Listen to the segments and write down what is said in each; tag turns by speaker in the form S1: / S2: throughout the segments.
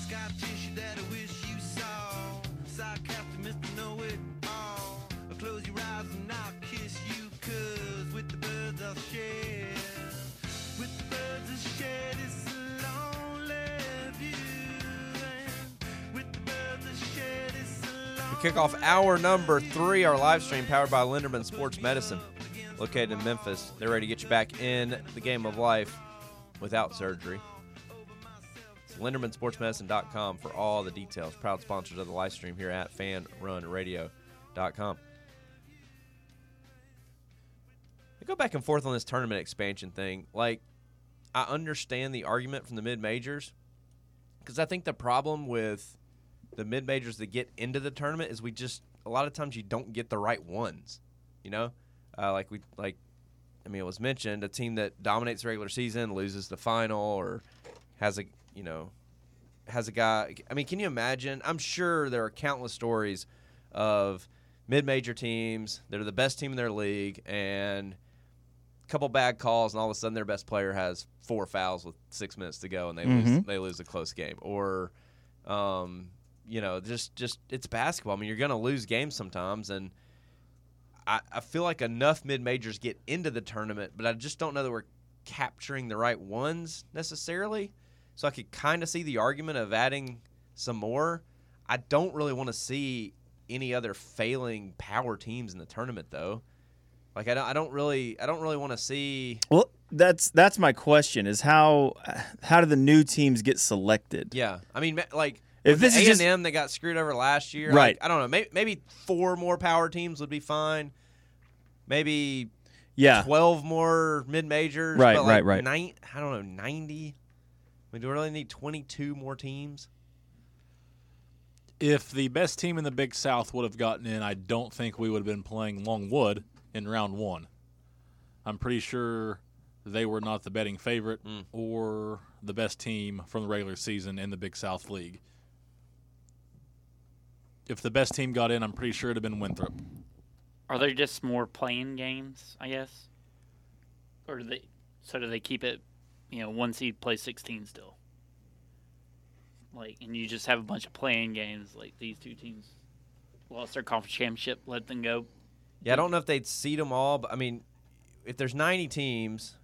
S1: scar tissue that I wish you saw. Sarcastic, Mr. Know It All. I'll close your eyes and I'll kiss you, cause with the birds I'll share. With the birds I'll share this lonely view. With the birds I'll share this lonely
S2: Kick off hour number three, our live stream powered by Linderman Sports Medicine, located in Memphis. They're ready to get you back in the game of life without surgery. It's LindermanSportsMedicine.com for all the details. Proud sponsors of the live stream here at FanRunRadio.com. I go back and forth on this tournament expansion thing. Like, I understand the argument from the mid majors because I think the problem with the mid majors that get into the tournament is we just a lot of times you don't get the right ones. You know, uh, like we like, I mean, it was mentioned a team that dominates the regular season loses the final or has a you know has a guy. I mean, can you imagine? I'm sure there are countless stories of mid-major teams that are the best team in their league and a couple bad calls and all of a sudden their best player has four fouls with six minutes to go and they lose they lose a close game or um, you know just just it's basketball i mean you're gonna lose games sometimes and I, I feel like enough mid majors get into the tournament, but I just don't know that we're capturing the right ones necessarily. So I could kind of see the argument of adding some more. I don't really want to see any other failing power teams in the tournament though. Like I don't, I don't really, I don't really want to see.
S3: Well, that's that's my question: is how how do the new teams get selected?
S2: Yeah, I mean, ma- like
S3: If
S2: if
S3: this
S2: this A
S3: is just-
S2: and M that got screwed over last year, like,
S3: Right.
S2: I don't know. Maybe, maybe four more power teams would be fine. Maybe
S3: Yeah,
S2: 12 more mid majors.
S3: Right,
S2: but like
S3: right, right.
S2: Nine, I don't know, 90. I mean, do we really need 22 more teams?
S4: If the best team in the Big South would have gotten in, I don't think we would have been playing Longwood in round one. I'm pretty sure they were not the betting favorite or the best team from the regular season in the Big South League. If the best team got in, I'm pretty sure it'd have been Winthrop.
S5: Are there just more playing games, I guess? Or do they so do they keep it you know, one seed plays sixteen still? Like and you just have a bunch of playing games like these two teams lost their conference championship, let them go.
S2: Yeah, I don't know if they'd seed them all, but I mean, if there's 90 teams,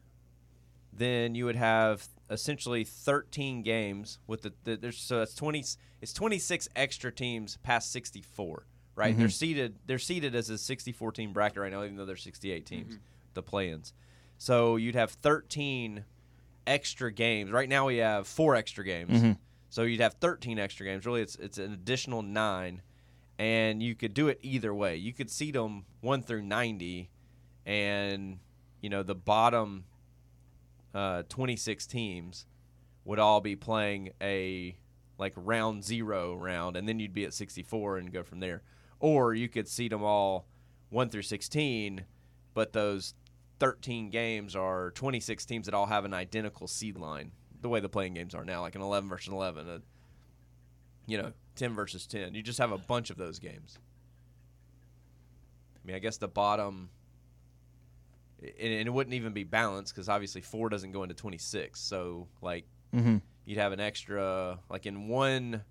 S2: then you would have essentially 13 games with the, the there's so that's 20 it's 26 extra teams past 64, right? They're seeded they're seeded as a 64 team bracket right now even though there's 68 teams, the play-ins. So you'd have 13 extra games. Right now we have 4 extra games. So you'd have 13 extra games. Really it's it's an additional 9 and you could do it either way. You could seed them 1 through 90 and you know the bottom uh, 26 teams would all be playing a like round zero round, and then you'd be at 64 and go from there. Or you could seed them all one through 16, but those 13 games are 26 teams that all have an identical seed line. The way the playing games are now, like an 11 versus 11, a, you know, 10 versus 10. You just have a bunch of those games. I mean, I guess the bottom and and it wouldn't even be balanced because obviously four doesn't go into 26 so like
S3: Mm-hmm.
S2: you'd have an extra like in one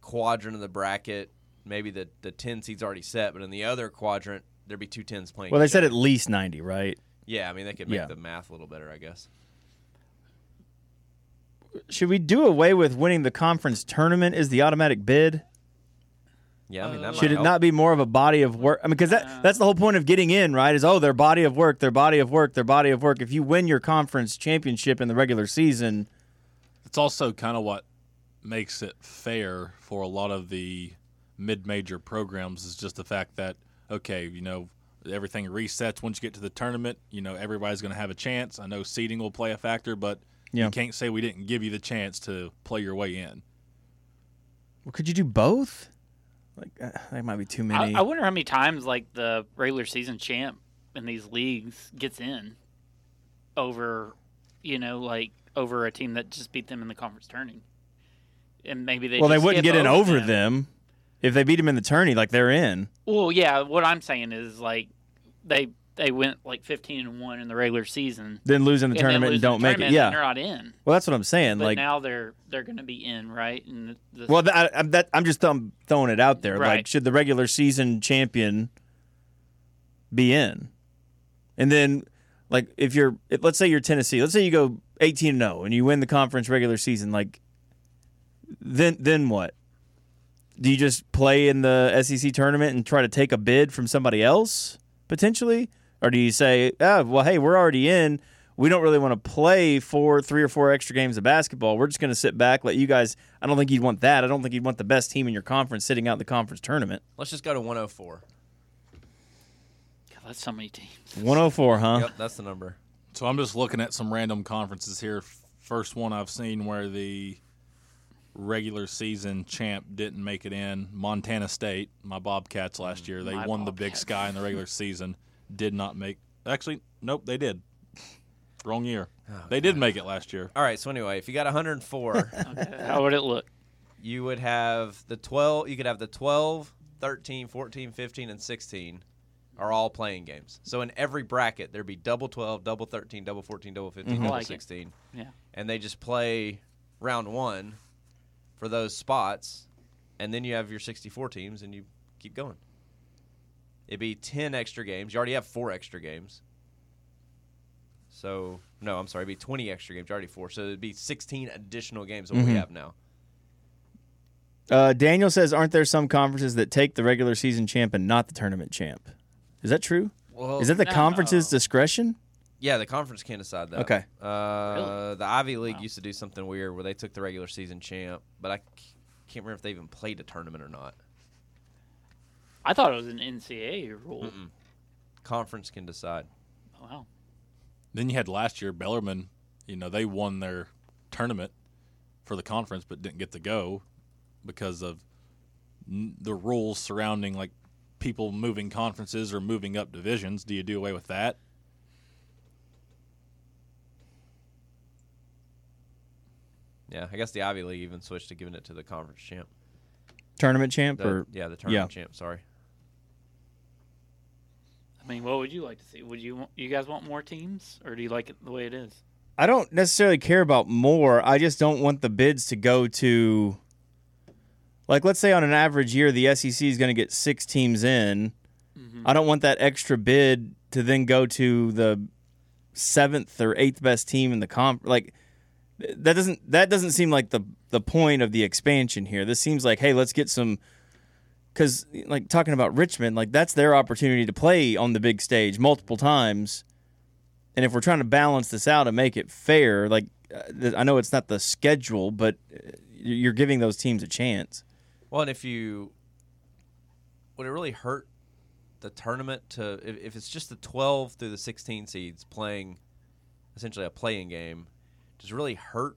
S2: quadrant of the bracket maybe the, the 10 seeds already set but in the other quadrant there'd be two 10s playing
S3: Well, they
S2: each
S3: said
S2: other.
S3: at least 90, right?
S2: yeah i mean they could make
S3: Yeah.
S2: the math a little better i guess
S3: Should we do away with winning the conference tournament is the automatic bid?
S2: yeah i mean that
S3: Should it not be more of a body of work? I mean, because that, that's the whole point of getting in, right? Is oh, their body of work, their body of work, their body of work. If you win your conference championship in the regular season,
S4: It's also kind of what makes it fair for a lot of the mid-major programs is just the fact that okay, you know, everything resets once you get to the tournament. You know, everybody's going to have a chance. I know seeding will play a factor, but
S3: Yeah.
S4: you can't say we didn't give you the chance to play your way in.
S3: well, could you do both? Like uh, that might be too
S5: I,
S3: many.
S5: I wonder how many times like the regular season champ in these leagues gets in over you know, like over a team that just beat them in the conference tourney. And maybe they
S3: well, they
S5: just
S3: wouldn't
S5: skip
S3: get in over
S5: them.
S3: them if they beat them in the tourney. Like they're in.
S5: Well, yeah, what I'm saying is like they they went like 15 and 1 in the regular season
S3: Then losing the
S5: and then
S3: tournament
S5: lose
S3: and
S5: the
S3: don't make it.
S5: tournament, then
S3: Yeah.
S5: they're not in.
S3: Well, that's what I'm saying.
S5: But
S3: like,
S5: now they're they're going to be in, right? And the,
S3: well, that, I, I'm- that, I'm just thumb, throwing it out there. Like,
S5: Right.
S3: should the regular season champion be in? And then, like, if you're, if- let's say you're Tennessee, let's say you go 18 and 0 and you win the conference regular season, like, then then what? Do you just play in the SEC tournament and try to take a bid from somebody else potentially, or do you say, oh, well, hey, we're already in. We don't really want to play for three or four extra games of basketball. We're just going to sit back, let you guys. I don't think you'd want that. I don't think you'd want the best team in your conference sitting out the conference tournament.
S2: Let's just go to 104.
S5: God, that's so many teams.
S3: 104, huh?
S2: Yep, that's the number.
S4: So I'm just looking at some random conferences here. F- First one I've seen where the regular season champ didn't make it in Montana State, my Bobcats last year. They
S5: Mm, My
S4: won the Big
S5: Bobcats.
S4: Sky in the regular season, did not make. Actually, nope, they did. Wrong year. they did make it last year.
S2: All right. So anyway, if you got 104,
S5: How would it look?
S2: you would have the 12. You could have the 12, 13, 14, 15, and 16 are all playing games. So in every bracket, there'd be double 12, double 13, double 14, double 15, double
S5: Like it.
S2: 16,
S5: Yeah.
S2: and they just play round one for those spots, and then you have your 64 teams, and you keep going. It'd be 10 extra games. You already have four extra games. So no, I'm sorry. It'd be 20 extra games. Already four. So it'd be 16 additional games that we have now.
S3: Uh, Daniel says, aren't there some conferences that take the regular season champ and not the tournament champ? Is that true?
S2: Well,
S3: Is that the
S5: no.
S3: conference's discretion?
S2: yeah? The conference can't decide that.
S3: Okay.
S2: Uh,
S5: Really?
S2: The Ivy League
S5: Wow.
S2: used to do something weird where they took the regular season champ, but I c- can't remember if they even played a tournament or not.
S5: I thought it was an NCAA rule.
S2: Conference can decide.
S5: Wow.
S4: Then you had last year Bellarmine. You know they won their tournament for the conference, but didn't get to go because of n- the rules surrounding like people moving conferences or moving up divisions. Do you do away with that?
S2: Yeah, I guess the Ivy League even switched to giving it to the conference champ.
S3: Tournament champ
S2: The-
S3: or
S2: yeah, the tournament champ. Sorry.
S5: I mean, what would you like to see? Would you want, you guys want more teams, or do you like it the way it is?
S3: I don't necessarily care about more. I just don't want the bids to go to like let's say on an average year the SEC is going to get 6 teams in. I don't want that extra bid to then go to the 7th or 8th best team in the comp like th- that doesn't that doesn't seem like the the point of the expansion here. This seems like hey, let's get some cuz like talking about Richmond, like that's their opportunity to play on the big stage multiple times and if we're trying to balance this out and make it fair, like uh, th- I know it's not the schedule, but uh, you're giving those teams a chance.
S2: Well, and if you would it really hurt the tournament to if, if it's just the 12 through the 16 seeds playing essentially a playing game, does it really hurt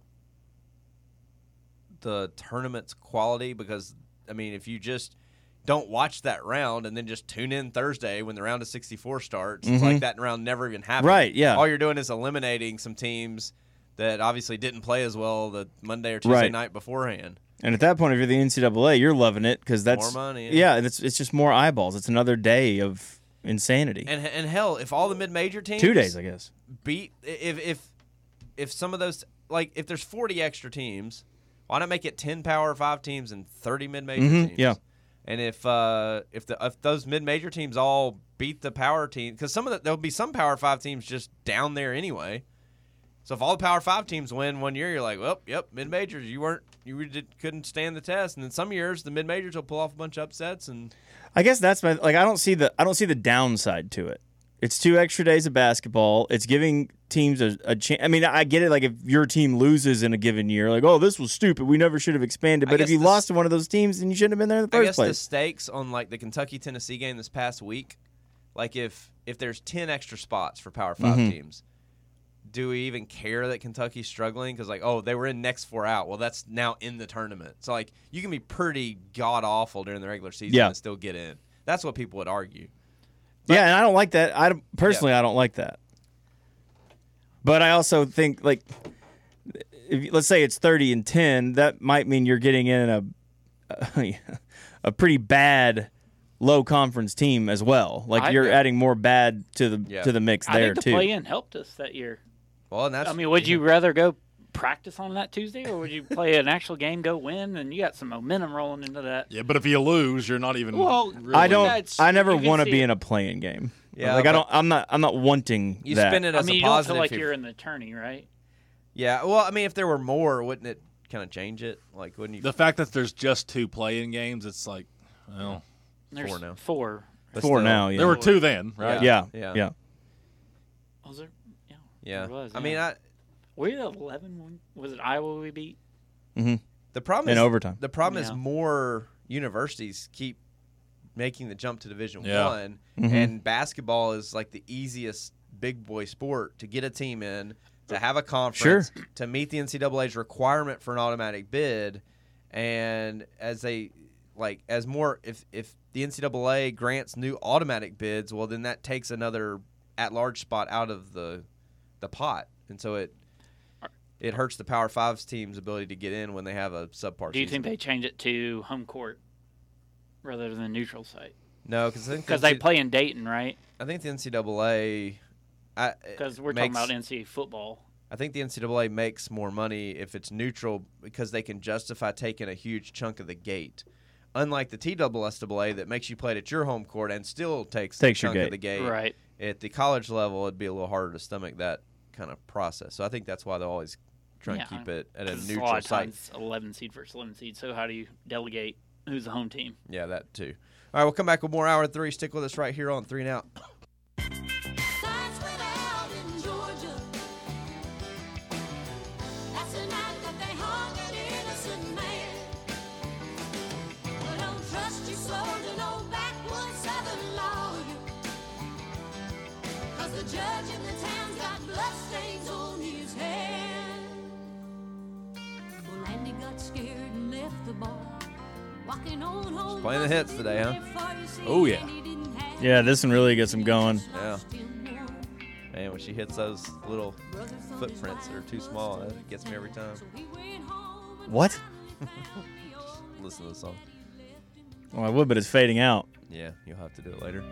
S2: the tournament's quality because I mean, if you just don't watch that round and then just tune in Thursday when the round of 64 starts, it's like that round never even happened.
S3: Mm-hmm. Right, yeah.
S2: All you're doing is eliminating some teams that obviously didn't play as well the Monday or Tuesday
S3: Right.
S2: night beforehand.
S3: And at that point, if you're the NCAA, you're loving it because that's
S2: More money.
S3: Yeah, it's it's just more eyeballs. It's another day of insanity.
S2: And and hell, if all the mid major teams
S3: Two days, I guess.
S2: beat if if if some of those like if there's 40 extra teams, why not make it 10 power five teams and 30 mid major
S3: Mhm,
S2: teams?
S3: yeah.
S2: And if uh if the if those mid major teams all beat the power team because some of the, there'll be some power five teams just down there anyway. So if all the power five teams win one year, you're like, well, yep, mid majors, you weren't you did, couldn't stand the test. And then some years the mid majors will pull off a bunch of upsets and
S3: I guess that's my like. I don't see the I don't see the downside to it. It's two extra days of basketball. It's giving teams a, a chance. I mean, I get it. Like if your team loses in a given year, like oh, this was stupid. We never should have expanded.
S2: I
S3: But if
S2: guess
S3: you
S2: this-
S3: lost to one of those teams, then you shouldn't have been there in the
S2: I
S3: first
S2: guess
S3: place.
S2: the stakes on like the Kentucky Tennessee game this past week, like if if there's ten extra spots for Power 5
S3: Mm-hmm.
S2: teams, do we even care that Kentucky's struggling? Because like, oh, they were in next four out. Well, that's now in the tournament. So like, you can be pretty god awful during the regular season
S3: Yeah.
S2: and still get in. That's what people would argue.
S3: yeah, and I don't like that. I don't- personally, I don't like that. But I also think like, if, you- let's say it's thirty and ten, that might mean you're getting in a a, pretty bad low conference team as well. Like
S5: I-
S3: you're adding more bad to the
S2: Yeah.
S3: to the mix
S5: I
S3: there
S5: think the
S3: too.
S5: play-in helped us that year.
S2: Well, and that's
S5: I mean, would you rather go practice on that Tuesday, or would you play an actual game, go win, and you got some momentum rolling into that?
S4: Yeah, but if you lose, you're not even.
S5: Well,
S4: really,
S3: I don't.
S5: That's-
S3: I never
S5: you can
S3: want to
S5: see
S3: be
S5: it.
S3: in a playing game.
S2: Yeah,
S3: like
S2: but-
S3: I don't. I'm not. I'm not wanting
S2: You
S3: that.
S2: spin it
S5: I
S2: as a
S5: mean, you don't
S2: positive.
S5: feel like
S2: if
S5: you're in the tourney, right?
S2: yeah. Well, I mean, if there were more, wouldn't it kind of change it? Like, wouldn't you?
S4: The fact that there's just two play-in games, it's like, well,
S5: There's
S2: Four now.
S5: Four.
S2: but
S3: for
S2: still.
S3: now. Yeah.
S4: there were two then, right?
S3: yeah.
S2: Yeah.
S3: Yeah.
S5: Was there? Yeah.
S2: Yeah.
S5: There was,
S2: I mean,
S5: yeah.
S2: I,
S5: Were you 11 when, was it Iowa we beat?
S2: the problem
S3: In
S2: is
S3: overtime.
S2: The problem is
S5: Yeah.
S2: more universities keep making the jump to Division
S4: Yeah.
S2: One,
S3: Mm-hmm.
S2: and basketball is like the easiest big boy sport to get a team in, to have a conference, to meet the NCAA's requirement for an automatic bid, and as they like as more if if the NCAA grants new automatic bids, well then that takes another at large spot out of the the pot, and so it. It hurts the Power Five's team's ability to get in when they have a subpar.
S5: Do you
S2: season.
S5: think they change it to home court rather than neutral site?
S2: No, because I think
S5: Because
S2: the
S5: they
S2: NC
S5: play in Dayton, right?
S2: I think the NCAA. I
S5: Because we're
S2: makes,
S5: talking about NCAA football.
S2: I think the NCAA makes more money if it's neutral because they can justify taking a huge chunk of the gate. Unlike the TWSAA that makes you play it at your home court and still takes
S3: Takes
S2: a
S3: your
S2: chunk of
S3: gate.
S2: the gate.
S5: Right.
S2: At the college level, it'd be a little harder to stomach that kind of process. So I think that's why they always try and
S5: Yeah.
S2: keep it at a
S5: 'Cause
S2: neutral
S5: a lot of
S2: site.
S5: times 11 seed versus 11 seed. So how do you delegate who's the home team?
S2: Yeah, that too. All right, we'll come back with more hour three. Stick with us right here on three and out.
S6: Lights went out in Georgia. That's the night that they hung an innocent man. I don't trust you, soldier, no backwoods Southern lawyer. 'Cause the judge in the town's got bloodstains on his hands. Well, Andy got scared and left the bar. Walking on home.
S2: playing the hits today, huh?
S4: Oh, yeah.
S3: Yeah, this one really gets 'em going.
S2: Yeah. Man, when she hits those little
S6: Footprints are too small. That gets me every time.
S3: What?
S2: listen to the song.
S3: Well, Oh, I would, but it's fading out.
S2: Yeah, you'll have to do it later.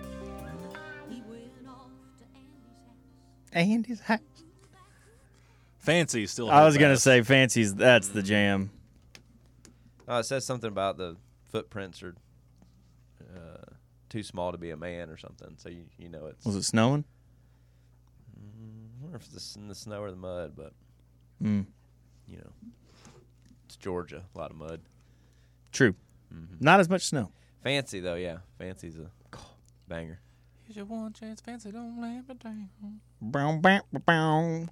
S3: Andy's house.
S4: Fancy is still.
S3: I was gonna
S4: half-assed.
S3: say fancies. That's the jam.
S2: Oh, it says something about the footprints are uh, too small to be a man or something. So you, you know it's.
S3: Was it snowing?
S2: I wonder if it's in the snow or the mud, but
S3: Mm.
S2: you know, it's Georgia, a lot of mud.
S3: True.
S2: Mm-hmm.
S3: Not as much snow.
S2: Fancy though, yeah, fancy's a banger.
S4: Here's your one chance, fancy, don't let it down.
S3: Bow, bow, bow.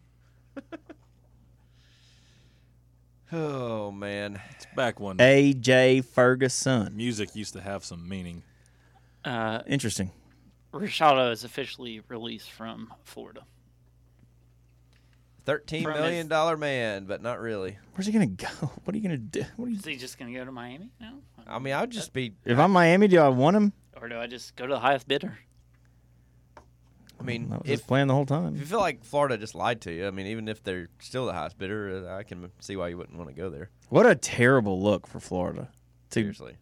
S2: Oh man,
S4: It's back when
S3: AJ Ferguson.
S4: music used to have some meaning.
S5: Uh,
S3: Interesting.
S5: Rashado is officially released from Florida.
S2: thirteen
S5: From
S2: million
S5: his-
S2: dollar man, but not really.
S3: Where's he gonna go? What are you gonna do? What are you?
S5: Is he just going to go to Miami now?
S2: I mean, I would just be.
S3: If I'm Miami, do I want him?
S5: Or do I just go to the highest bidder?
S2: I mean,
S3: That was
S2: if
S3: his plan the whole
S2: if you
S3: time.
S2: feel like Florida just lied to you, I mean, even if they're still the highest bidder, uh, I can see why you wouldn't want to go there.
S3: What a terrible look for Florida. To-
S2: Seriously.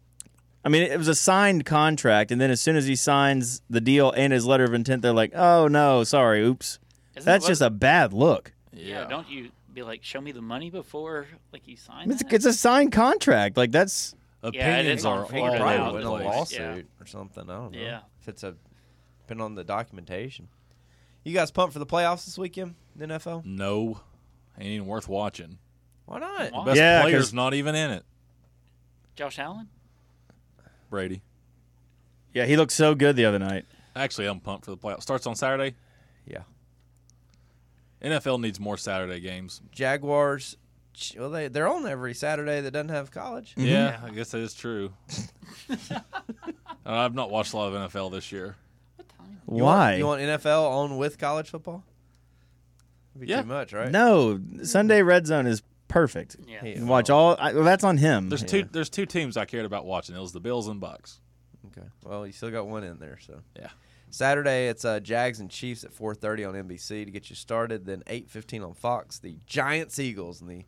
S3: I mean, it was a signed contract, and then as soon as he signs the deal and his letter of intent, they're like, "Oh no, sorry, oops."
S5: Isn't
S3: That's
S5: what-
S3: just a bad look.
S5: yeah. Don't you be like, show me the money before like you sign?
S3: It's,
S5: that?
S3: it's a signed contract. Like that's
S5: Yeah, it
S4: Opinions
S5: is on
S4: are all
S5: Florida now,
S2: probably
S4: over
S2: win
S4: the
S2: a
S5: place.
S2: lawsuit
S5: Yeah.
S2: or something. I don't know.
S5: Yeah.
S2: If it's a depending on the documentation. You guys pumped for the playoffs this weekend in the NFL?
S4: No, ain't even worth watching.
S2: Why not?
S5: Why?
S4: Best
S3: Yeah,
S4: player's
S3: 'cause-
S4: not even in it.
S5: Josh Allen?
S4: Brady.
S3: yeah. He looked so good the other night.
S4: Actually, I'm pumped for the playoff. Starts on Saturday.
S2: Yeah.
S4: NFL needs more Saturday games.
S2: Jaguars. Well, they they're on every Saturday that doesn't have college.
S3: Mm-hmm.
S4: Yeah, I guess that is true. I've not watched a lot of NFL this year.
S5: What time?
S2: You want-
S3: Why?
S2: you want NFL on with college football? That'd be
S4: Yeah.
S2: too much, right?
S3: no, Sunday Red Zone is perfect.
S5: Yeah.
S2: Hey,
S3: You can watch all. I, well, that's on him.
S4: There's two. There's two teams I cared about watching. It was the Bills and Bucks.
S2: Okay. Well, you still got one in there, so.
S4: Yeah.
S2: Saturday it's uh, Jags and Chiefs at 4:30 on NBC to get you started. Then 8:15 on Fox, the Giants Eagles, and the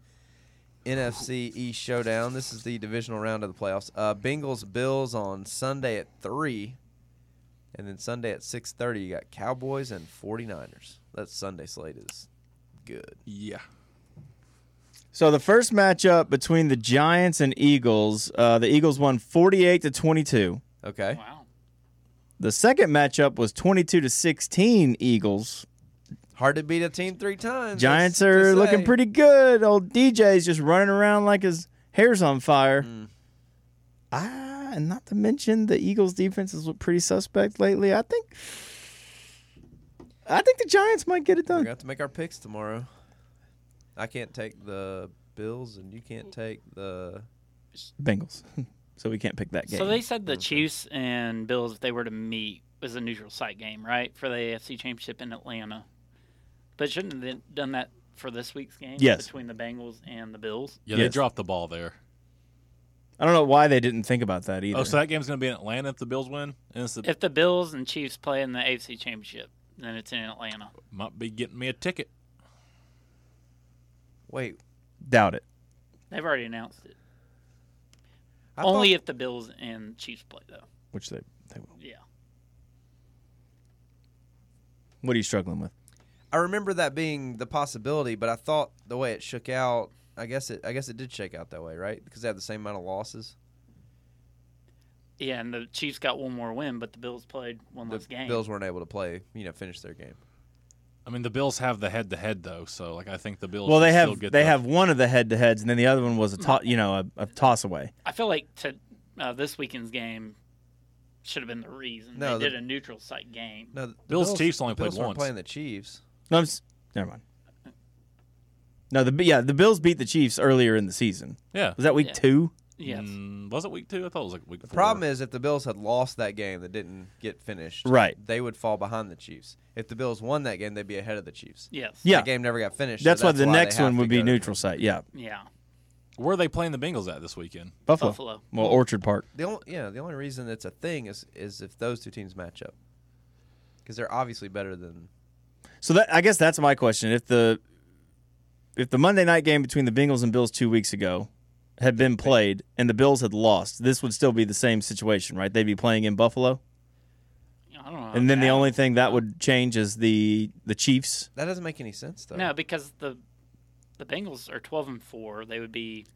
S2: NFC East showdown. This is the divisional round of the playoffs. Uh, Bengals Bills on Sunday at three, and then Sunday at six thirty. You got Cowboys and 49ers. That Sunday slate is good.
S4: Yeah.
S3: So the first matchup between the Giants and Eagles, uh, the Eagles won 48 to 22.
S2: Okay,
S5: Wow.
S3: The second matchup was 22 to 16 Eagles.
S2: hard to beat a team three times.
S3: Giants
S2: that's to
S3: are
S2: say.
S3: looking pretty good. Old DJ's just running around like his hair's on fire.
S2: Hmm.
S3: Ah, and not to mention the Eagles defense has looked pretty suspect lately. I think I think the Giants might get it
S2: We're
S3: done.
S2: gonna have to make our picks tomorrow. I can't take the Bills, and you can't take the.
S3: Bengals. so we can't pick that game.
S5: So they said the Chiefs and Bills, if they were to meet, was a neutral site game, right, for the AFC Championship in Atlanta. But shouldn't they have done that for this week's game
S3: Yes.
S5: between the Bengals and the Bills?
S4: Yeah, they
S3: Yes.
S4: dropped the ball there.
S3: I don't know why they didn't think about that either.
S4: Oh, so that game's going to be in Atlanta if the Bills win? And it's the,
S5: If the Bills and Chiefs play in the AFC Championship, then it's in Atlanta.
S4: might be getting me a ticket.
S2: Wait,
S3: Doubt it.
S5: They've already announced it.
S2: I
S5: Only
S2: thought-
S5: if the Bills and Chiefs play, though.
S3: Which they, they will.
S5: Yeah.
S3: What are you struggling with?
S2: I remember that being the possibility, but I thought the way it shook out. I guess it. I guess it did shake out that way, right? Because they have the same amount of losses.
S5: Yeah, and the Chiefs got one more win, but the Bills played one
S2: The
S5: less game.
S2: Bills weren't able to play. You know, finish their game.
S4: I mean, the Bills have the head to head, though. So, like, I think the Bills
S3: Well,
S4: should
S3: they
S4: still
S3: have
S4: get
S3: they
S4: the-
S3: have one of the head to heads, and then the other one was a to- you know a, a toss away.
S5: I feel like to uh, this weekend's game should have been the reason
S2: No,
S5: they
S2: the-
S5: did a neutral site game.
S2: No, the
S4: Bills, Chiefs only
S2: the Bills
S4: played
S2: weren't
S4: once.
S2: Playing the Chiefs.
S3: No, I'm s- never mind. No, the yeah the Bills beat the Chiefs earlier in the season.
S4: Yeah.
S3: Was that week
S5: Yeah.
S3: two?
S5: Yes.
S4: Mm, was it week two? I thought it was like week
S2: The problem is if the Bills had lost that game that didn't get finished,
S3: Right.
S2: They would fall behind the Chiefs. If the Bills won that game, they'd be ahead of the Chiefs.
S5: Yes.
S3: Yeah.
S2: That game never got finished. so
S3: That's, why the
S2: they
S3: next
S2: have
S3: one
S2: to
S3: would
S2: go
S3: be
S2: to-
S3: neutral site. Yeah,
S5: Yeah.
S4: Where are they playing the Bengals at this weekend?
S3: Buffalo.
S5: Buffalo.
S3: Well, Orchard Park.
S2: The only yeah, the only reason it's a thing is is if those two teams match up, because they're obviously better than
S3: So that I guess that's my question. If the if the Monday night game between the Bengals and Bills two weeks ago had been played and the Bills had lost, this would still be the same situation, right? They'd be playing in Buffalo,
S5: I don't know.
S3: and then the
S5: Yeah.
S3: only thing that would change is the the Chiefs.
S2: That doesn't make any sense, though.
S5: No, because the the Bengals are 12 and 4. They would be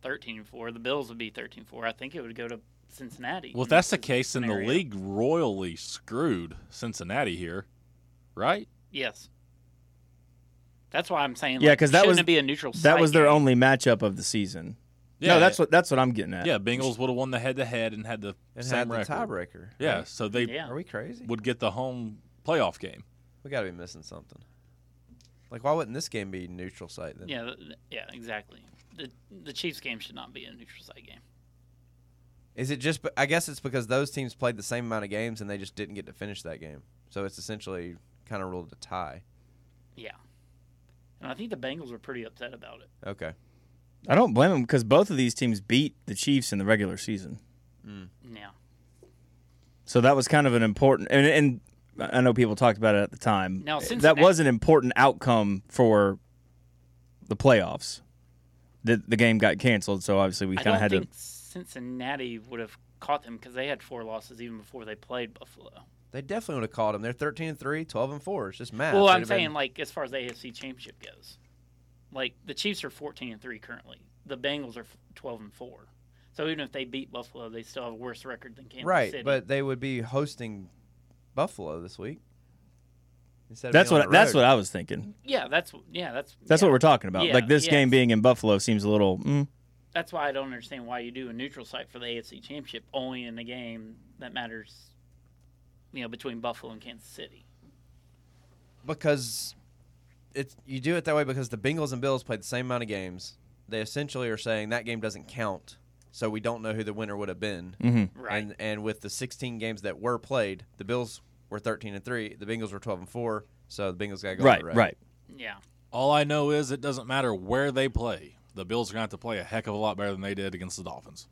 S5: 13 and 4. The Bills would be 13 and 4. I think it would go to Cincinnati.
S4: Well, if
S5: in
S4: that's the
S5: this
S4: case, then the
S5: scenario.
S4: league royally screwed Cincinnati here, right?
S5: Yes. That's why I'm saying.
S3: Yeah,
S5: like,
S3: 'cause that
S5: shouldn't
S3: was-
S5: it be a neutral.
S3: That
S5: site
S3: was their
S5: game?
S3: only matchup of the season. no, that's what that's what I'm getting at.
S4: Yeah, Bengals would have won the head to head and had the
S2: and
S4: same
S2: had the
S4: record.
S2: tiebreaker.
S4: Yeah, so they
S5: Yeah.
S2: Are we crazy?
S4: would get the home playoff game.
S2: We got to be missing something. Like, why wouldn't this game be neutral site then?
S5: Yeah. th- th- Yeah. Exactly. The the Chiefs game should not be a neutral site game.
S2: Is it just? I guess it's because those teams played the same amount of games and they just didn't get to finish that game. So it's essentially kind of ruled a tie.
S5: Yeah. And I think the Bengals were pretty upset about it.
S2: Okay.
S3: I don't blame them because both of these teams beat the Chiefs in the regular season,
S5: Yeah.
S3: so that was kind of an important and and I know people talked about it at the time.
S5: Now,
S3: that
S5: Cincinnati-
S3: was an important outcome for the playoffs. The the game got canceled, so obviously we
S5: I
S3: kind
S5: don't
S3: of had
S5: think
S3: to.
S5: Cincinnati would have caught them because they had four losses even before they played Buffalo.
S2: They definitely would have caught them. They're 13 and 3, 12 and 4. It's just math.
S5: well,
S2: They'd
S5: I'm
S2: have been-
S5: saying like as far as the AFC Championship goes, like the Chiefs are 14 and three currently. The Bengals are f- 12 and four. So even if they beat Buffalo, they still have a worse record than Kansas
S2: right,
S5: City.
S2: but they would be hosting Buffalo this week. Instead of
S3: That's
S2: being
S3: what
S2: on the
S3: that's
S2: road.
S3: what I was thinking.
S5: yeah, that's yeah, that's
S3: That's
S5: yeah.
S3: what we're talking about.
S5: Yeah,
S3: like this
S5: yes.
S3: game being in Buffalo seems a little. Mm,
S5: That's why I don't understand why you do a neutral site for the AFC Championship only in a game that matters, you know, between Buffalo and Kansas City.
S2: because it's you do it that way because the Bengals and Bills played the same amount of games. They essentially are saying that game doesn't count, so we don't know who the winner would have been.
S3: Mm-hmm.
S5: Right.
S2: And and with the 16 games that were played, the Bills were 13 and three, the Bengals were 12 and four, so the Bengals got to go on
S3: right,
S2: the road.
S3: right.
S5: yeah.
S4: All I know is it doesn't matter where they play. The Bills are going to have to play a heck of a lot better than they did against the Dolphins,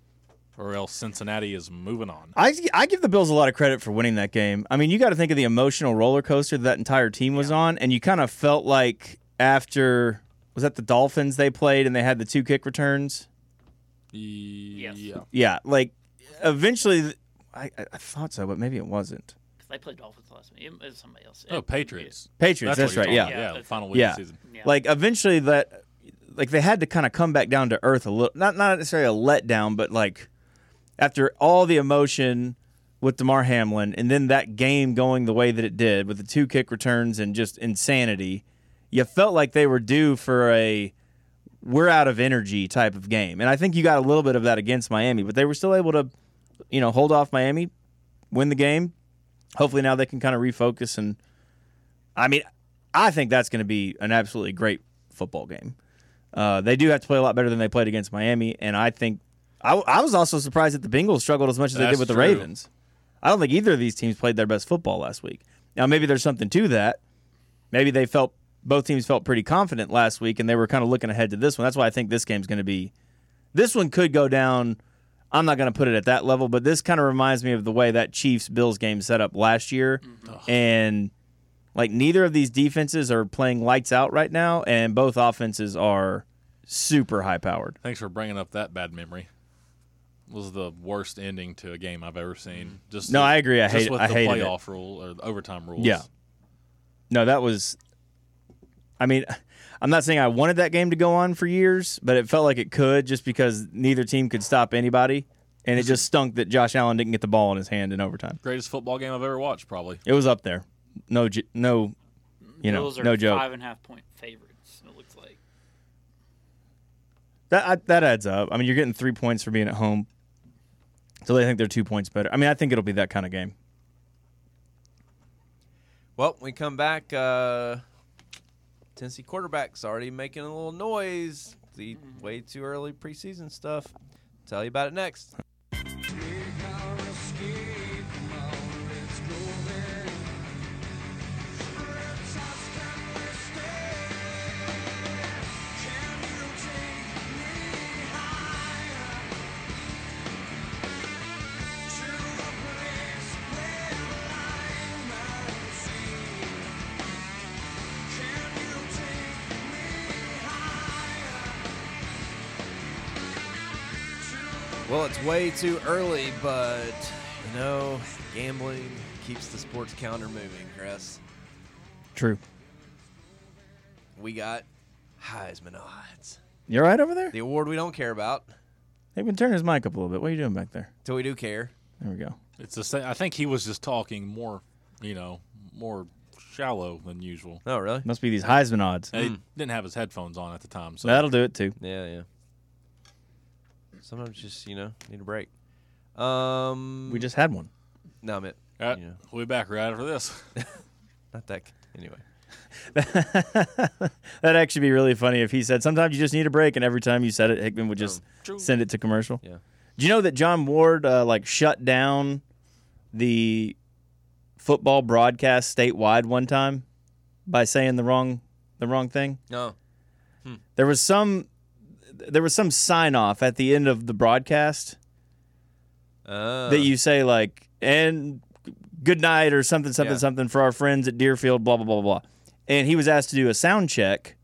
S4: or else Cincinnati is moving on.
S3: I, I give the Bills a lot of credit for winning that game. I mean, you got to think of the emotional roller coaster that entire team was on, and you kind of felt like after was that the Dolphins they played and they had the two kick returns?
S4: Yes. Yeah.
S3: Yeah, like eventually, th- I, I I thought so, but maybe it wasn't.
S5: They played Dolphins last week. It was somebody else.
S4: Oh,
S5: It-
S4: Patriots.
S3: Patriots,
S4: what
S3: that's,
S4: you're
S3: right. Yeah.
S4: talking about.
S5: Yeah.
S4: Yeah. Final week
S3: Yeah.
S4: of the season.
S5: yeah.
S3: like eventually that, like they had to kind of come back down to earth a little. Not not necessarily a letdown, but like after all the emotion with Demar Hamlin, and then that game going the way that it did with the two kick returns and just insanity, you felt like they were due for a we're out of energy type of game. And I think you got a little bit of that against Miami, but they were still able to, you know, hold off Miami, win the game. Hopefully now they can kind of refocus and I mean, I think that's going to be an absolutely great football game. Uh, they do have to play a lot better than they played against Miami, and I think I, I was also surprised that the Bengals struggled as much as they did
S4: That's
S3: with the
S4: true.
S3: Ravens. I don't think either of these teams played their best football last week. Now maybe there's something to that. Maybe they felt both teams felt pretty confident last week, and they were kind of looking ahead to this one. That's why I think this game's going to be. This one could go down. I'm not going to put it at that level, but this kind of reminds me of the way that Chiefs Bills game set up last year,
S4: Mm-hmm.
S3: and like neither of these defenses are playing lights out right now, and both offenses are super high powered.
S4: Thanks for bringing up that bad memory. Was the worst ending to a game I've ever seen. Just
S3: Mm. No, I agree. I
S4: just
S3: hate-
S4: with
S3: I
S4: the
S3: hated it.
S4: playoff rule or the overtime rules.
S3: Yeah. No, that was. I mean, I'm not saying I wanted that game to go on for years, but it felt like it could just because neither team could stop anybody, and it just stunk that Josh Allen didn't get the ball in his hand in overtime.
S4: Greatest football game I've ever watched, probably.
S3: It was up there. No, j- no, you know,
S5: Bills are
S3: no joke.
S5: Five and a half point favorites. It looks like.
S3: That I, that adds up. I mean, you're getting three points for being at home, so they think they're two points better. I mean, I think it'll be that kind of game.
S2: Well, we come back. Uh, Tennessee quarterback's already making a little noise. The way too early preseason stuff. Tell you about it next. Well, it's way too early, but you know, gambling keeps the sports calendar moving, Chris.
S3: True.
S2: We got Heisman odds.
S3: You're right over there.
S2: The award we don't care about
S3: Hey, been turning his mic up a little bit. What are you doing back there?
S2: till we do care.
S3: There we go.
S4: It's the same. I think he was just talking more, you know, more shallow than usual.
S2: Oh, really?
S3: Must be these Heisman odds.
S4: And He didn't have his headphones on at the time, so
S3: That'll do it too.
S2: Yeah, yeah. Sometimes just you know need a break. Um,
S3: We just had one.
S2: no, I'm it.
S4: Uh,
S2: You know,
S4: we'll be back right after this.
S2: not that. Anyway,
S3: That'd actually be really funny if he said, "Sometimes you just need a break," and every time you said it, Hickman would just send it to commercial.
S2: yeah.
S3: Do you know that John Ward uh, like shut down the football broadcast statewide one time by saying the wrong the wrong thing?
S2: No.
S3: There was some there was some sign off at the end of the broadcast
S2: Uh,
S3: that you say like and good night or something something
S2: Yeah.
S3: something for our friends at Deerfield blah blah blah blah. blah. And he was asked to do a sound check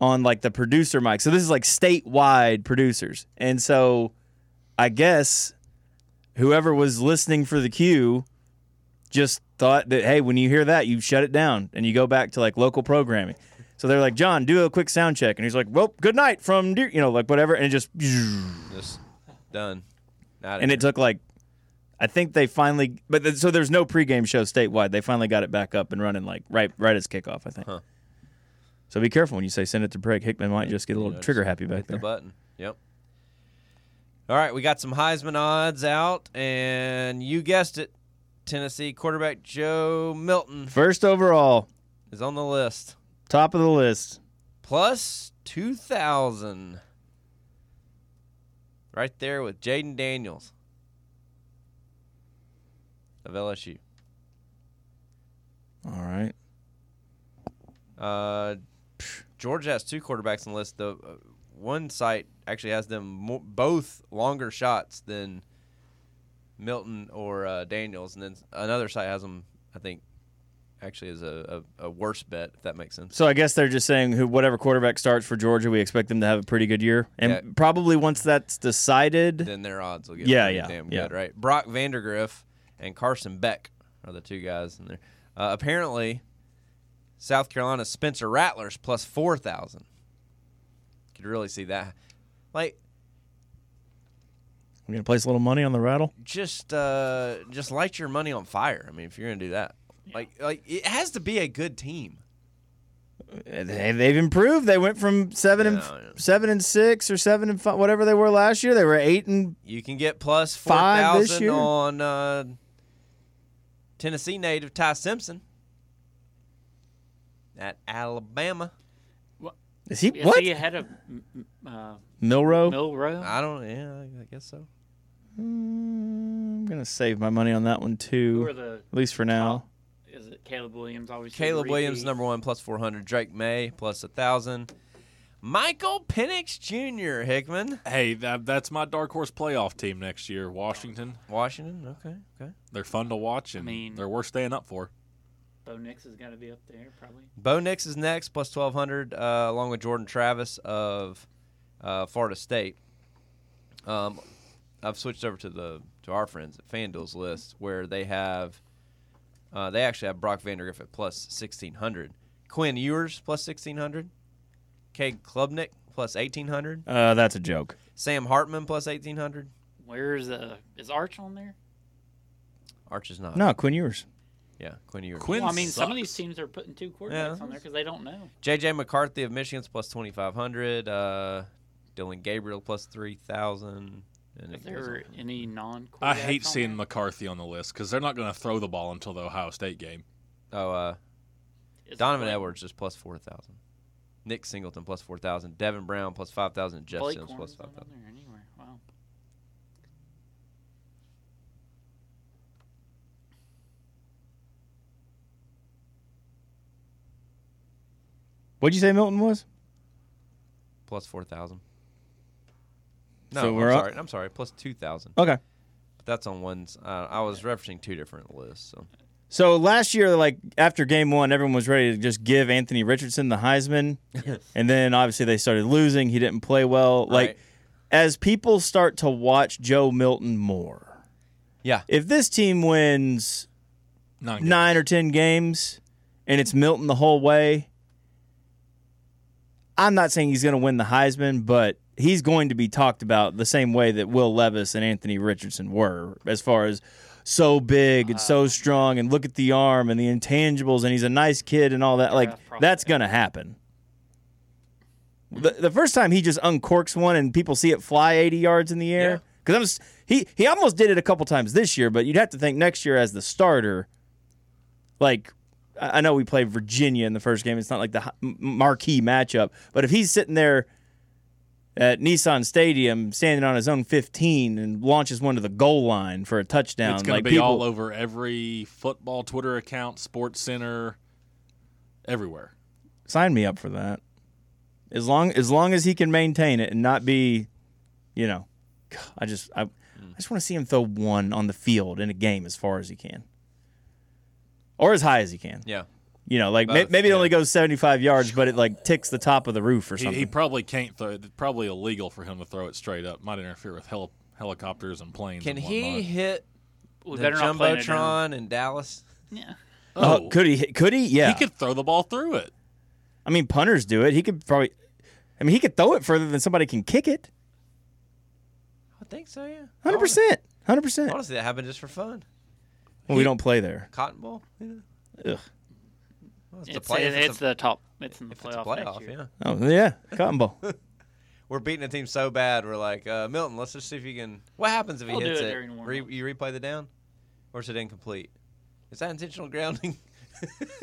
S3: on like the producer mic. So this is like statewide producers. And so I guess whoever was listening for the cue just thought that hey, when you hear that, you shut it down and you go back to like local programming. So they're like, "John, do a quick sound check." And he's like, "Well, good night from Deer, you know, like whatever." And it just
S2: just done. Not
S3: and it took like I think they finally but th- so there's no pregame show statewide. They finally got it back up and running like right right as kickoff, I think.
S2: Huh.
S3: So be careful when you say send it to break. Hickman might just get a little
S2: Yeah,
S3: trigger
S2: just
S3: happy back
S2: hit
S3: there.
S2: the button. Yep. All right, we got some Heisman odds out, and you guessed it, Tennessee quarterback Joe Milton
S3: First overall,
S2: is on the list,
S3: top of the list.
S2: plus two thousand, right there with Jaden Daniels of LSU.
S3: All right.
S2: Uh, Georgia has two quarterbacks on the list. The uh, one site actually has them mo- both longer shots than Milton or uh, Daniels, and then another site has them, I think, actually is a, a, a worse bet, if that makes sense.
S3: So I guess they're just saying who whatever quarterback starts for Georgia, we expect them to have a pretty good year, and
S2: Yeah.
S3: probably once that's decided,
S2: Then their odds will get
S3: Yeah,
S2: pretty
S3: yeah,
S2: damn
S3: yeah.
S2: good, right? Brock Vandergriff and Carson Beck are the two guys in there. Uh, apparently, South Carolina's Spencer Rattler's plus 4,000. Could really see that. Like,
S3: we're gonna place a little money on the rattle.
S2: just uh just light your money on fire. I mean, if you're gonna do that, like like it has to be a good team.
S3: They, they've improved. They went from seven and
S2: Yeah, yeah.
S3: seven and six or seven and five, whatever they were last year. They were eight and
S2: You can get plus four
S3: Five this
S2: thousand
S3: year?
S2: on uh, Tennessee native Ty Simpson at Alabama.
S3: is he
S5: Is
S3: what
S5: he ahead of m- m- uh,
S3: Milrow?
S5: Milrow?
S2: I don't. Yeah, I guess so.
S3: Mm, I'm gonna save my money on that one
S5: Who
S3: too,
S5: are the?
S3: at least for now.
S5: Is it Caleb Williams? Obviously, the
S2: Caleb Williams
S5: repeat?
S2: number one plus four hundred. Drake May plus a thousand. Michael Penix Jr. Hickman
S4: Hey, that, that's my dark horse playoff team next year, Washington.
S2: Washington. Okay, okay.
S4: They're fun to watch, and
S5: mean-
S4: they're worth staying up for.
S5: Bo Nix has got to be up there probably.
S2: Bo Nix is next, plus 1,200, uh, along with Jordan Travis of uh, Florida State. Um, I've switched over to the to our friends at FanDuel's list, where they have uh, they actually have Brock Vandergriff at plus 1,600, Quinn Ewers plus 1,600, Cade Klubnik plus 1,800,
S3: Uh, that's a joke.
S2: Sam Hartman plus 1,800.
S5: Where's uh? Is Arch on there?
S2: Arch is
S5: Uh.
S2: not.
S3: No, Quinn Ewers.
S2: Yeah, Quinn Ewers.
S4: Quinn
S5: Well, I mean, some of
S4: sucks.
S5: these teams are putting two quarterbacks
S2: Yeah.
S5: on there because they don't know.
S2: JJ McCarthy of Michigan's plus 2,500, uh, Dylan Gabriel plus 3,000. And
S5: Is
S2: it goes
S5: there
S2: on.
S5: any non?
S4: I hate seeing McCarthy on the list because they're not going to throw the ball until the Ohio State game.
S2: Oh, uh, Donovan Edwards is plus four thousand. Nick Singleton plus four thousand. Devin Brown plus five thousand. Jeff
S5: Blake
S2: Sims plus
S5: Corn's
S2: five
S5: not on
S2: thousand.
S5: there anywhere. Wow.
S3: What'd you say Milton was?
S2: Plus four thousand. No,
S3: So
S2: I'm
S3: we're up-
S2: sorry. I'm sorry. Plus two thousand.
S3: Okay.
S2: But that's on one's. Uh, I was referencing two different lists. So
S3: So last year, like after game one, everyone was ready to just give Anthony Richardson the Heisman. and then obviously they started losing. He didn't play well. Like
S2: Right.
S3: as people start to watch Joe Milton more,
S2: yeah,
S3: if this team wins
S4: Nine. games.
S3: nine or 10 games and it's Milton the whole way, I'm not saying he's going to win the Heisman, but he's going to be talked about the same way that Will Levis and Anthony Richardson were, as far as so big and so strong and look at the arm and the intangibles and he's a nice kid and all that. Like,
S5: Draft prospect.
S3: that's going to happen. The, the first time he just uncorks one and people see it fly 80 yards in the air. Because I'm s- he he almost did it a couple times this year, but you'd have to think next year as the starter, like I I know we played Virginia in the first game. It's not like the hi- m- marquee matchup, but if he's sitting there at Nissan Stadium standing on his own 15 and launches one to the goal line for a touchdown,
S4: It's going
S3: like
S4: to be
S3: people,
S4: all over every football Twitter account, Sports Center, everywhere.
S3: sign me up for that. As long as long as he can maintain it and not be, you know, I just I,
S4: Hmm.
S3: I just want to see him throw one on the field in a game as far as he can, or as high as he can.
S2: yeah.
S3: You know, like may,
S2: Both,
S3: maybe it
S2: yeah.
S3: only goes seventy five yards, but it like ticks the top of the roof or
S4: He,
S3: something.
S4: he probably can't throw. It's probably illegal for him to throw it straight up. Might interfere with hel- helicopters and planes.
S2: Can
S4: and
S2: he
S4: whatnot.
S2: hit
S5: We
S2: the
S5: better not play it down.
S2: jumbotron in Dallas?
S5: Yeah.
S3: Uh,
S4: Oh.
S3: could he? Could he? Yeah.
S4: He could throw the ball through it.
S3: I mean, punters do it. He could probably. I mean, he could throw it further than somebody can kick it.
S2: I think so. Yeah.
S3: Hundred percent. Hundred
S2: Honestly-
S3: percent.
S2: Honestly, that happened just for fun.
S3: Well, we don't play there.
S2: Cotton Bowl. You know?
S3: Ugh.
S2: Well, it's,
S5: It's,
S2: the play. if
S5: it's,
S2: it's a-
S5: the top. It's in the
S2: if it's a
S5: playoff.
S2: playoff.
S5: next year.
S2: Yeah.
S3: Oh yeah, cotton ball.
S2: We're beating a team so bad. We're like uh, Milton. Let's just see if you can. What happens if he
S5: I'll do
S2: hits
S5: it
S2: it?
S5: during warm-up.
S2: Re- you replay the down, or is it incomplete? Is that intentional grounding?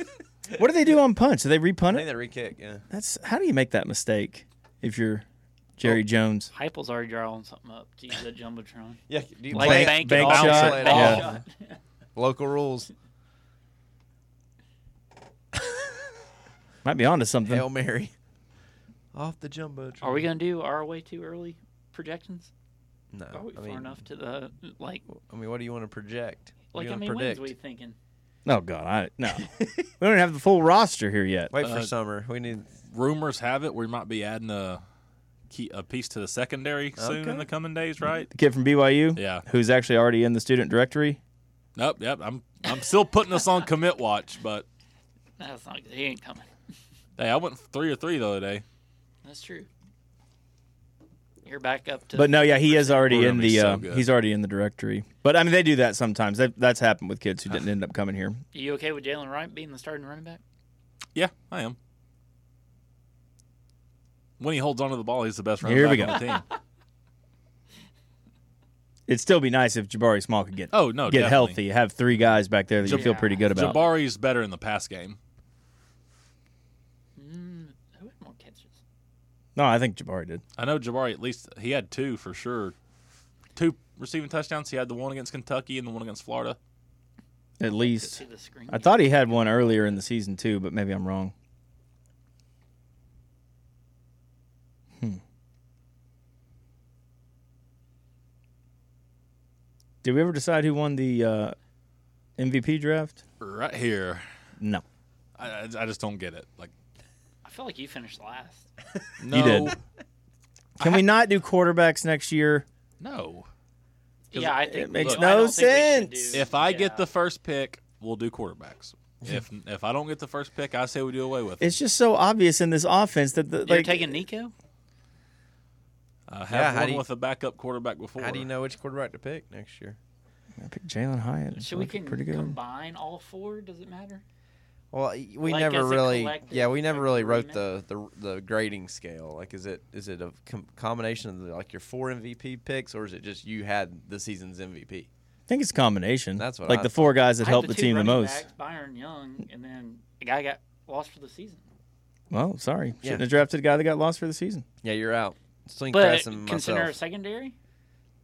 S3: What do they do on punch? Do they
S2: I
S3: repunt
S2: think
S3: it?
S2: that re-kick. Yeah.
S3: That's how do you make that mistake if you're Jerry Jones?
S5: Heupel's already drawing something up to use that jumbotron.
S2: Yeah. Do you
S5: Like
S2: play
S5: bank,
S2: it?
S5: bank,
S3: bank
S5: it off,
S3: shot,
S5: play it
S3: yeah.
S5: off.
S2: Shot. Local rules.
S3: Might be onto something.
S2: Hail Mary. Off the jumbo.
S5: Are we gonna do our way too early projections?
S2: No.
S5: Are
S2: Oh,
S5: we
S2: I
S5: far
S2: mean,
S5: enough to the like?
S2: I mean, what do you want to project? What do
S5: Like
S2: you
S5: how
S2: want
S5: many
S2: to predict?
S5: wins we thinking?
S3: Oh God, I no. we don't even have the full roster here yet.
S2: Wait for
S4: Uh,
S2: summer. We need.
S4: Rumors have it we might be adding a key, a piece to the secondary soon
S2: Okay.
S4: in the coming days, right?
S3: The kid from BYU,
S4: Yeah.
S3: who's actually already in the student directory.
S4: Nope. Yep. I'm I'm still putting us on commit watch, but
S5: That's not good. He ain't coming.
S4: hey, I went three or three the other day.
S5: That's true. You're back up to.
S3: But no, yeah, he is already
S4: We're
S3: in
S4: gonna be
S3: the.
S4: so
S3: uh,
S4: good.
S3: he's already in the directory. But I mean, they do that sometimes. That, that's happened with kids who didn't end up coming here.
S5: You okay with Jalen Wright being the starting running back?
S4: Yeah, I am. When he holds onto the ball, he's the best running
S3: Here we
S4: back on the team.
S3: It'd still be nice if Jabari Small could get
S4: Oh, no,
S3: get
S4: definitely.
S3: healthy, have three guys back there that you
S5: Jab-
S3: feel pretty good about.
S4: Jabari's better in the pass game.
S5: Mm, who had more catches?
S3: No, I think Jabari did.
S4: I know Jabari at least he had two for sure. Two receiving touchdowns. He had the one against Kentucky and the one against Florida.
S3: At
S5: Let's
S3: least
S5: see the screen.
S3: I thought he had one earlier in the season too, but maybe I'm wrong. Hmm. Did we ever decide who won the uh, MVP draft?
S4: Right here.
S3: No.
S4: I, I I just don't get it. Like
S5: I feel like you finished last.
S4: no,
S3: did. Can we not do quarterbacks next year?
S4: no.
S5: Yeah, I think
S3: makes
S5: I
S3: no
S5: don't think we
S3: sense.
S5: should do-
S4: If I
S5: yeah.
S4: get the first pick, we'll do quarterbacks. if if I don't get the first pick, I say we do away with it.
S3: It's just so obvious in this offense that the
S5: you're
S3: like
S5: taking Nico.
S4: I have
S2: Yeah, how
S4: one
S2: do you-
S4: with a backup quarterback before.
S2: How do you know which quarterback to pick next year?
S3: I picked Jalen Hyatt.
S5: Should we
S3: Looking
S5: can
S3: pretty good.
S5: combine all four? Does it matter?
S2: Well, y- we
S5: Like,
S2: never
S5: as a
S2: really,
S5: collective
S2: yeah, we never really wrote the,
S5: agreement?
S2: the the grading scale. Like, is it is it a com- combination of the, like your four MVP picks, or is it just you had the season's MVP?
S3: I think it's a combination.
S2: That's what
S3: like
S2: I
S3: the four guys that
S5: I had
S3: helped the,
S5: two
S3: team the
S5: running
S3: most.
S5: Backs, Byron Young, and then a guy got lost for the season.
S3: Well, sorry, shouldn't
S2: Yeah.
S3: have drafted a guy that got lost for the season.
S2: Yeah, you're out. Sling
S5: But
S2: Press and
S5: consider our
S2: myself.
S5: secondary,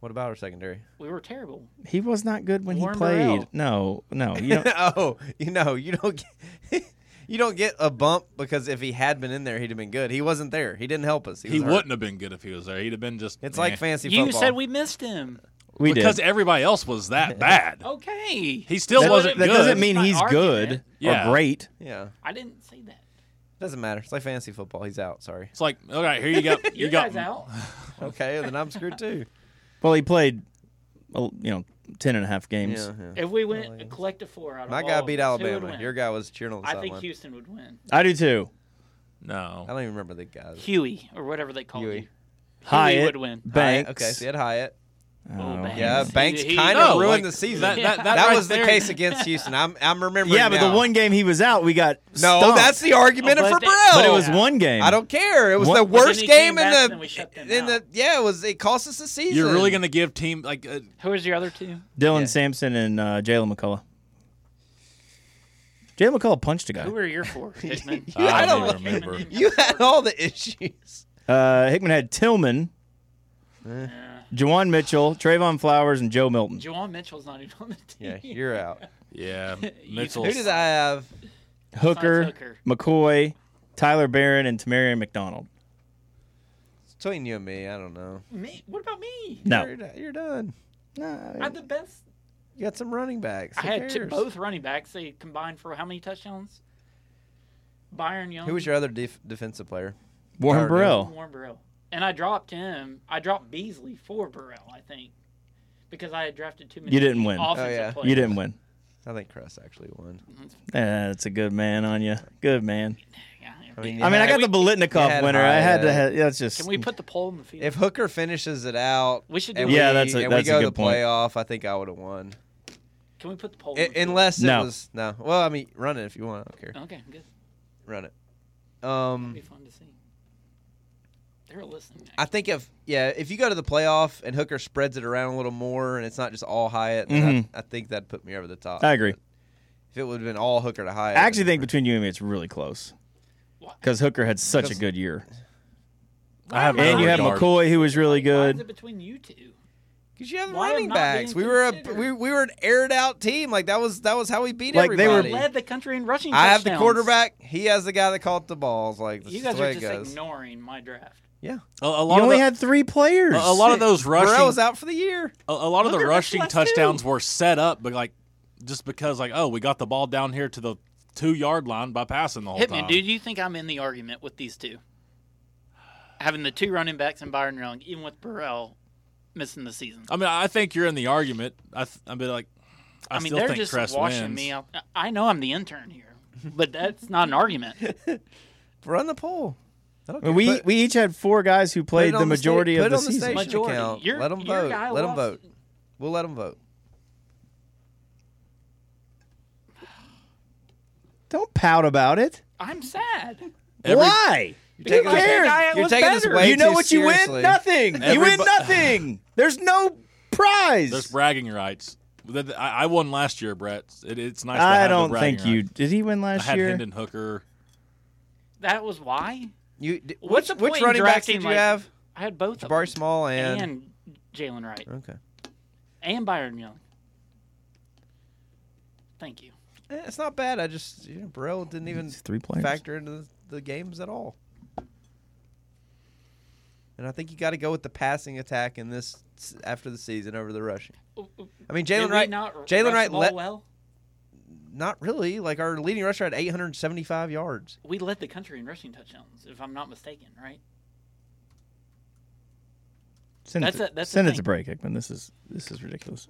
S2: What about our secondary?
S5: we were terrible.
S3: He was not good when
S5: Warren
S3: he played.
S5: Burrell.
S3: No, no, you don't,
S2: oh, you know, you don't get, you don't get a bump because if he had been in there, he'd have been good. He wasn't there. He didn't help us.
S4: He
S2: was hurt.
S4: wouldn't have been good if he was there. He'd have been just.
S2: It's
S4: meh.
S2: like fancy
S5: You
S2: football.
S5: said we missed him.
S3: we did.
S4: because everybody else was that bad.
S5: Okay.
S4: He still
S5: That-
S4: wasn't
S3: that
S4: good.
S3: doesn't mean
S5: My
S3: he's
S5: argument.
S3: good
S4: Yeah.
S3: or great.
S2: Yeah,
S5: I didn't say that.
S2: doesn't matter. It's like fantasy football. He's out. Sorry.
S4: It's like, all right, here you go.
S5: Your
S4: You got
S5: guy's out.
S2: Okay, then I'm screwed too.
S3: Well, he played, well, you know, ten and a half games.
S2: Yeah, Oh, yeah.
S5: If we went a collective four out of
S2: My
S5: all
S2: guy
S5: of
S2: beat
S5: us, who would
S2: Alabama.
S5: win?
S2: Your guy was cheering on the
S5: I think
S2: sideline.
S5: Houston would win.
S3: I do too.
S2: I
S4: No.
S2: don't even remember the guys.
S5: Huey or whatever they call
S2: Huey.
S5: you.
S3: Hyatt
S5: would win.
S3: Banks.
S2: Hyatt, okay, so you had Hyatt.
S5: Oh,
S3: Oh.
S5: Banks.
S2: Yeah, Banks
S5: He- he-
S2: kind of
S4: No,
S2: ruined
S4: like,
S2: the season.
S4: that- that- that
S2: That
S4: right
S2: was the
S4: there-
S2: case against Houston. I'm I'm remembering.
S3: yeah, but the
S2: now.
S3: one game he was out, we got
S2: No,
S3: stumped.
S2: that's the argument
S5: Oh, but
S2: for
S5: they-
S2: Burrell.
S3: But it was
S5: Yeah.
S3: one game.
S2: I don't care. It was
S3: What-
S2: the
S3: But
S5: then
S2: worst
S5: he came
S2: game in
S5: back and then we
S2: the
S5: shut them
S2: in the
S5: out.
S2: yeah. It was it cost us the season.
S4: You're really going to give team like uh,
S5: Who is your other two?
S3: Dylan
S2: Yeah.
S3: Sampson and uh, Jalen McCullough. Jalen McCullough punched a guy.
S5: Who were your four? Hickman.
S2: I
S4: I
S2: don't
S4: don't remember.
S2: You had all the issues.
S3: Uh, Hickman had Tillman,
S5: Yeah.
S3: Jawan Mitchell, Trayvon Flowers, and Joe Milton.
S5: Juwan Mitchell's not even on the team.
S2: Yeah, you're out.
S4: Yeah,
S5: You
S4: Mitchell.
S2: Who did I have?
S3: Hooker,
S5: Besides Hooker.
S3: McCoy, Tyler Barron, and Tamarian McDonald.
S2: It's Between you and me, I don't know.
S5: Me? What about me?
S2: You're,
S3: No.
S2: do- you're done.
S5: I had the best.
S2: You got some running backs.
S5: I
S2: Who
S5: had two,
S2: cares?
S5: both running backs. They combined for how many touchdowns? Byron Young.
S2: Who was your other def- defensive player?
S3: Warren
S2: Tyler
S3: Burrell.
S5: Warren Burrell. And I dropped him. I dropped Beasley for Burrell, I think, because I had drafted too many.
S3: You didn't win.
S5: offensive
S2: Oh, yeah.
S5: players.
S3: You didn't win.
S2: I think Cress actually won.
S3: Eh, That's a good man on you. Good man.
S5: Yeah,
S2: I mean,
S3: I mean, I
S2: Can
S3: got the
S5: we-
S3: Bolitnikov
S2: you had
S3: winner. I had to.
S2: Hyatt.
S3: Have, that's just.
S5: Can we put the poll in the field?
S2: If Hooker finishes it out,
S5: We should do
S2: and
S5: it.
S3: Yeah, that's a-
S2: and
S3: that's
S2: we
S3: a
S2: go to
S3: good
S2: the
S3: point.
S2: playoff. I think I would have won,
S5: Can we put the poll?
S2: I-
S5: in the field?
S2: unless it
S3: No.
S2: was no. Well, I mean, run it if you want. I don't care.
S5: Okay, good.
S2: Run it.
S5: It'd
S2: Um,
S5: be fun to see. They're listening.
S2: I think if yeah, if you go to the playoff and Hooker spreads it around a little more, and it's not just all Hyatt, then
S3: Mhm.
S2: I, I think that'd put me over the top.
S3: I agree.
S2: If it would have been all Hooker to Hyatt,
S3: I actually think between you and me, it's really close. Because Hooker had such a
S2: Because-
S3: good year.
S4: I have
S3: And you
S4: Howard
S3: had
S4: Yard.
S3: McCoy, who was really
S5: Why is
S3: good.
S5: it between you two?
S2: because you have the
S5: Why am
S2: running
S5: I being
S2: backs. We were a
S5: considered?
S2: we, we were an aired out team. Like that was that was how we beat
S3: Like, they were-
S2: everybody.
S5: They led the country in rushing.
S2: I have the
S5: touchdowns.
S2: quarterback. He has the guy that caught the balls. Like this
S5: You
S2: is
S5: guys
S2: the way
S5: are
S2: it
S5: just
S2: goes.
S5: ignoring my draft.
S4: a, a
S3: You
S4: lot of
S3: only
S4: the,
S3: had three players.
S4: a, a lot of those
S2: Burrell
S4: rushing
S2: was out for the year.
S4: a, a lot of the
S5: Hooker rushed
S4: rushing
S5: last two.
S4: touchdowns were set up, but like just because like oh we got the ball down here to the two yard line by passing the whole
S5: Hit
S4: time.
S5: me, dude. You think I'm in the argument with these two? Having the two running backs and Byron Young, even with Burrell missing the season.
S4: I mean, I think you're in the argument. I th- I mean, like I,
S5: I mean,
S4: still
S5: they're
S4: think
S5: just
S4: Crest
S5: washing
S4: wins.
S5: me out. I know I'm the intern here, but that's not an argument.
S2: Run the poll. I don't
S3: I
S2: care.
S3: mean, we
S2: Put-
S3: we each had four guys who played
S2: on
S3: the
S2: the sta-
S3: majority
S2: put
S3: of
S2: it
S3: the
S2: on the
S3: season.
S2: station.
S5: Majority.
S2: account.
S5: Your-
S2: Let 'em
S5: your
S2: vote.
S5: guy
S2: Let 'em
S5: lost-
S2: vote. we'll let them vote.
S3: Don't pout about it.
S5: I'm sad.
S4: Every-
S3: Why?
S2: You're
S3: taking- cares?
S2: You're taking this way
S3: you know
S2: too
S3: what you
S2: seriously.
S3: win? Nothing. you win
S4: Everybo-
S3: nothing. There's no prize.
S4: There's bragging rights. Th- th- I I won last year, Brett. It, it's nice. To have
S3: I
S4: the
S3: don't
S4: bragging
S3: think you
S4: rights.
S3: did. He win
S4: I
S3: last
S4: had
S3: year.
S4: Hendon Hooker.
S5: That was why
S2: You, d- which,
S5: What's the point
S2: which
S5: in
S2: running backs
S5: drafting,
S2: did you
S5: like-
S2: have?
S5: I had both. of
S2: Jabari
S5: them.
S2: Small and,
S5: and Jalen Wright
S2: okay.
S5: and Byron Young. Thank you.
S2: Eh, it's not bad. I just you know, Burrell didn't even
S3: It's three players.
S2: factor into the, the games at all. And I think you got to go with the passing attack in this s- after the season over the rushing. I mean,
S5: Did
S2: Jalen
S5: we
S2: Wright.
S5: not r- rush
S2: Jalen
S5: the
S2: Wright
S5: ball
S2: let
S5: well.
S2: not really like our leading rusher had 875 yards.
S5: We led the country in rushing touchdowns, if I'm not mistaken, right?
S3: Send it
S5: That's
S3: to-
S5: a- that's a
S3: send it to
S5: thing.
S3: break, Hickman. This is this is ridiculous.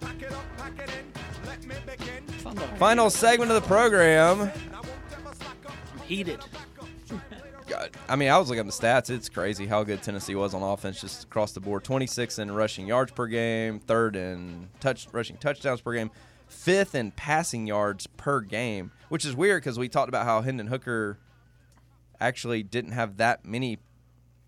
S1: Pack it up, pack it in, let me begin.
S2: Final segment of the program.
S1: I won't ever slack up.
S5: I'm heated.
S2: God, I mean, I was looking at the stats. It's crazy how good Tennessee was on offense just across the board. 26 in rushing yards per game, third in touch rushing touchdowns per game, fifth in passing yards per game, which is weird because we talked about how Hendon Hooker actually didn't have that many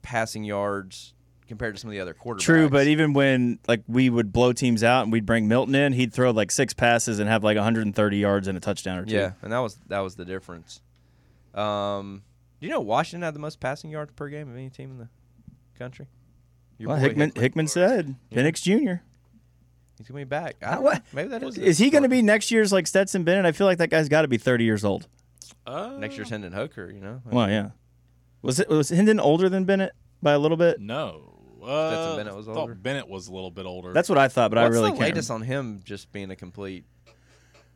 S2: passing yards compared to some of the other quarterbacks.
S3: True, but even when like we would blow teams out and we'd bring Milton in, he'd throw like six passes and have like 130 yards and a touchdown or two.
S2: yeah, and that was that was the difference. Um, do you know Washington had the most passing yards per game of any team in the country? Your
S3: Well,
S2: boy
S3: Hickman Hickman said Penix Jr.
S2: He's gonna be back. I don't,
S3: what-
S2: maybe that is.
S3: Is he going to
S2: to
S3: be next year's like Stetson Bennett? I feel like that guy's got to be 30 years old.
S4: Uh,
S2: next year's Hendon Hooker? You know,
S3: Well, yeah. Was it was Hendon older than Bennett by a little bit?
S4: No. Uh,
S2: Stetson Bennett was
S4: I
S2: older.
S4: Thought Bennett was a little bit older.
S3: That's what I thought, but
S2: what's
S3: I really
S2: the
S3: can't.
S2: latest on him just being a complete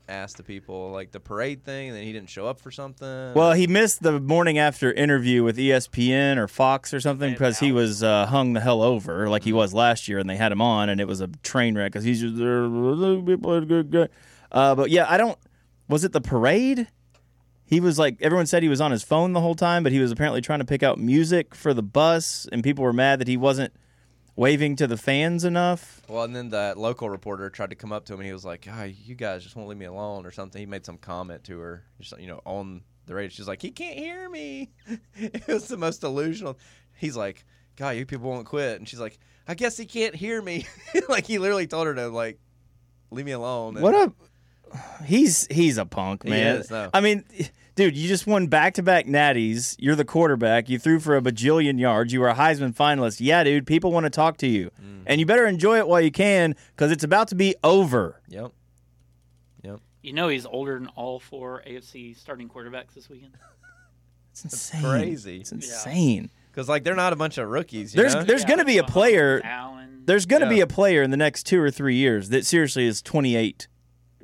S2: ass to people? Like the parade thing, and then he didn't show up for something.
S3: Well, he missed the morning after interview with E ESPN or Fox or something because he was uh, hung the hell over like he was last year, and they had him on, and it was a train wreck because he's just uh, but yeah, I don't. Was it the parade? He was like everyone said he was on his phone the whole time, but he was apparently trying to pick out music for the bus, and people were mad that he wasn't waving to the fans enough.
S2: well, and then that local reporter tried to come up to him, and he was like, "Ah, "You guys just won't leave me alone," or something. He made some comment to her, just you know, on the radio. She's like, "He can't hear me." it was the most delusional. He's like, "God, you people won't quit," and she's like, "I guess he can't hear me." like he literally told her to like leave me alone. And
S3: What a he's he's a punk
S2: He
S3: man.
S2: is, though.
S3: I mean, dude, you just won back to back natties. You're the quarterback. You threw for a bajillion yards. You were a Heisman finalist. Yeah, dude, people want to talk to you,
S2: Mm.
S3: and you better enjoy it while you can because it's about to be over.
S2: Yep. Yep.
S5: You know he's older than all four AFC starting quarterbacks this weekend.
S3: It's insane.
S2: crazy.
S3: It's insane.
S2: Because like they're not a bunch of rookies. You
S3: There's
S2: know?
S3: there's
S5: Yeah,
S3: gonna be a
S5: Mahomes,
S3: player.
S5: Allen.
S3: There's gonna be
S2: Yeah.
S3: a player in the next two or three years that seriously is 28.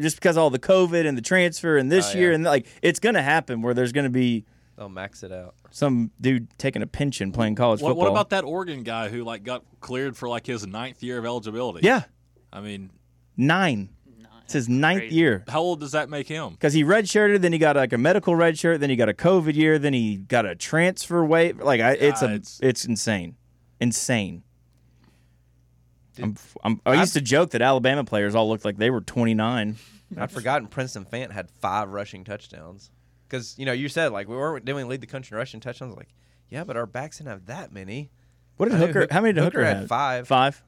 S3: Just because all the COVID and the transfer and this
S2: Oh,
S3: year
S2: yeah.
S3: and like it's gonna happen where there's gonna be
S2: they'll max it out.
S3: some dude taking a pension playing college
S4: what,
S3: football.
S4: what about that Oregon guy who like got cleared for like his ninth year of eligibility?
S3: Yeah,
S4: I mean,
S3: nine.
S5: Nah,
S3: It's his ninth
S5: crazy.
S3: year
S4: how old does that make him?
S3: because he redshirted, then he got like a medical red shirt, then he got a COVID year, then he got a transfer waiver. Like I, it's
S4: Yeah,
S3: a, it's,
S4: it's-
S3: insane, insane.
S2: Dude.
S3: I'm, I'm, I used to joke that Alabama players all looked like they were 29.
S2: I'd forgotten Princeton Fant had five rushing touchdowns. Because you know you said like we weren't didn't we lead the country in rushing touchdowns? Like yeah, but our backs didn't have that many.
S3: What did
S2: I knew
S3: Hooker?
S2: Hook-
S3: How many did Hooker,
S2: Hooker had
S3: have?
S2: five.
S3: Five.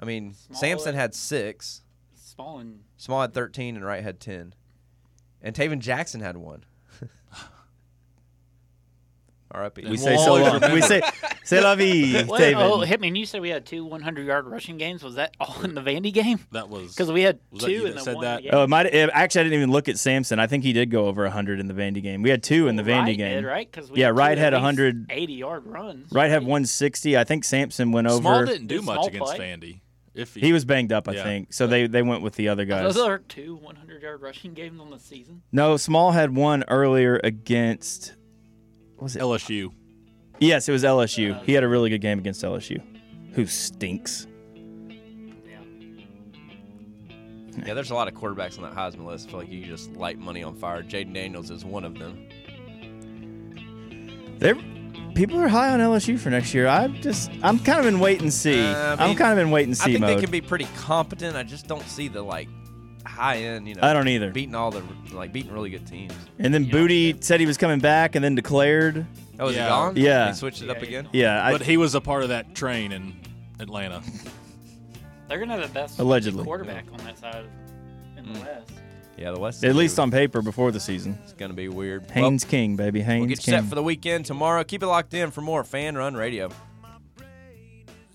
S2: I mean,
S5: Small-
S2: Sampson had six,
S5: Small and
S2: Small had thirteen, and Wright had ten, and Taven Jackson had one. R.I.P.
S4: We
S3: We
S4: And
S3: say
S4: we'll
S3: so
S4: always
S3: long.
S4: remember-
S3: We say, say la vie,
S5: What?
S3: David.
S5: Oh, Hitman, you said we had two 100 yard rushing games. Was that all in the Vandy game?
S4: That was
S5: Because we had
S4: Was that you
S5: two in
S4: that
S5: the
S4: said
S5: one
S4: that?
S5: game.
S3: Oh, it might. It, actually, I didn't even look at Samson. I think he did go over 100 in the Vandy game. We had two in the Vandy
S5: Wright
S3: game.
S5: did, right? 'Cause we
S3: Yeah,
S5: had two
S3: Wright
S5: at
S3: had
S5: least
S3: 100
S5: 80 yard runs.
S3: Right had 160. I think Samson went over.
S4: Small didn't do
S5: Did
S4: much
S5: Small
S4: against
S5: play?
S4: Vandy. If he,
S3: He was banged up, I
S4: Yeah.
S3: think. So they, they went with the other guys.
S5: Those are two 100 yard rushing games on the season.
S3: No, Small had one earlier against. what Was it?
S4: LSU,
S3: yes, it was LSU. He had a really good game against LSU, who stinks.
S5: Yeah.
S2: Yeah, there's a lot of quarterbacks on that Heisman list. I feel like you could just light money on fire. Jaden Daniels is one of them.
S3: They people are high on LSU for next year. I just I'm kind of in wait and see.
S2: Uh, I
S3: I am
S2: mean,
S3: kind of in wait and
S2: I
S3: see
S2: think
S3: mode.
S2: they can be pretty competent. I just don't see the like high end. You know,
S3: I don't either.
S2: Beating all the like beating really good teams.
S3: and then
S5: Yeah.
S3: Booty said he was coming back, and then declared.
S2: Oh, is
S4: Yeah.
S2: he gone?
S3: Yeah.
S2: he switched it
S5: Yeah,
S2: up
S5: he's
S2: again.
S5: gone.
S3: Yeah, I,
S4: but he was a part of that train in Atlanta.
S5: They're going to have the best
S3: Allegedly.
S5: quarterback on that side of, in
S4: Mm.
S5: the West.
S2: Yeah, the West.
S3: at least on paper before the season.
S2: It's gonna be weird. Well,
S3: Haynes King, baby. Haynes
S2: we'll get you
S3: King.
S2: set for the weekend tomorrow. Keep it locked in for more Fan Run Radio.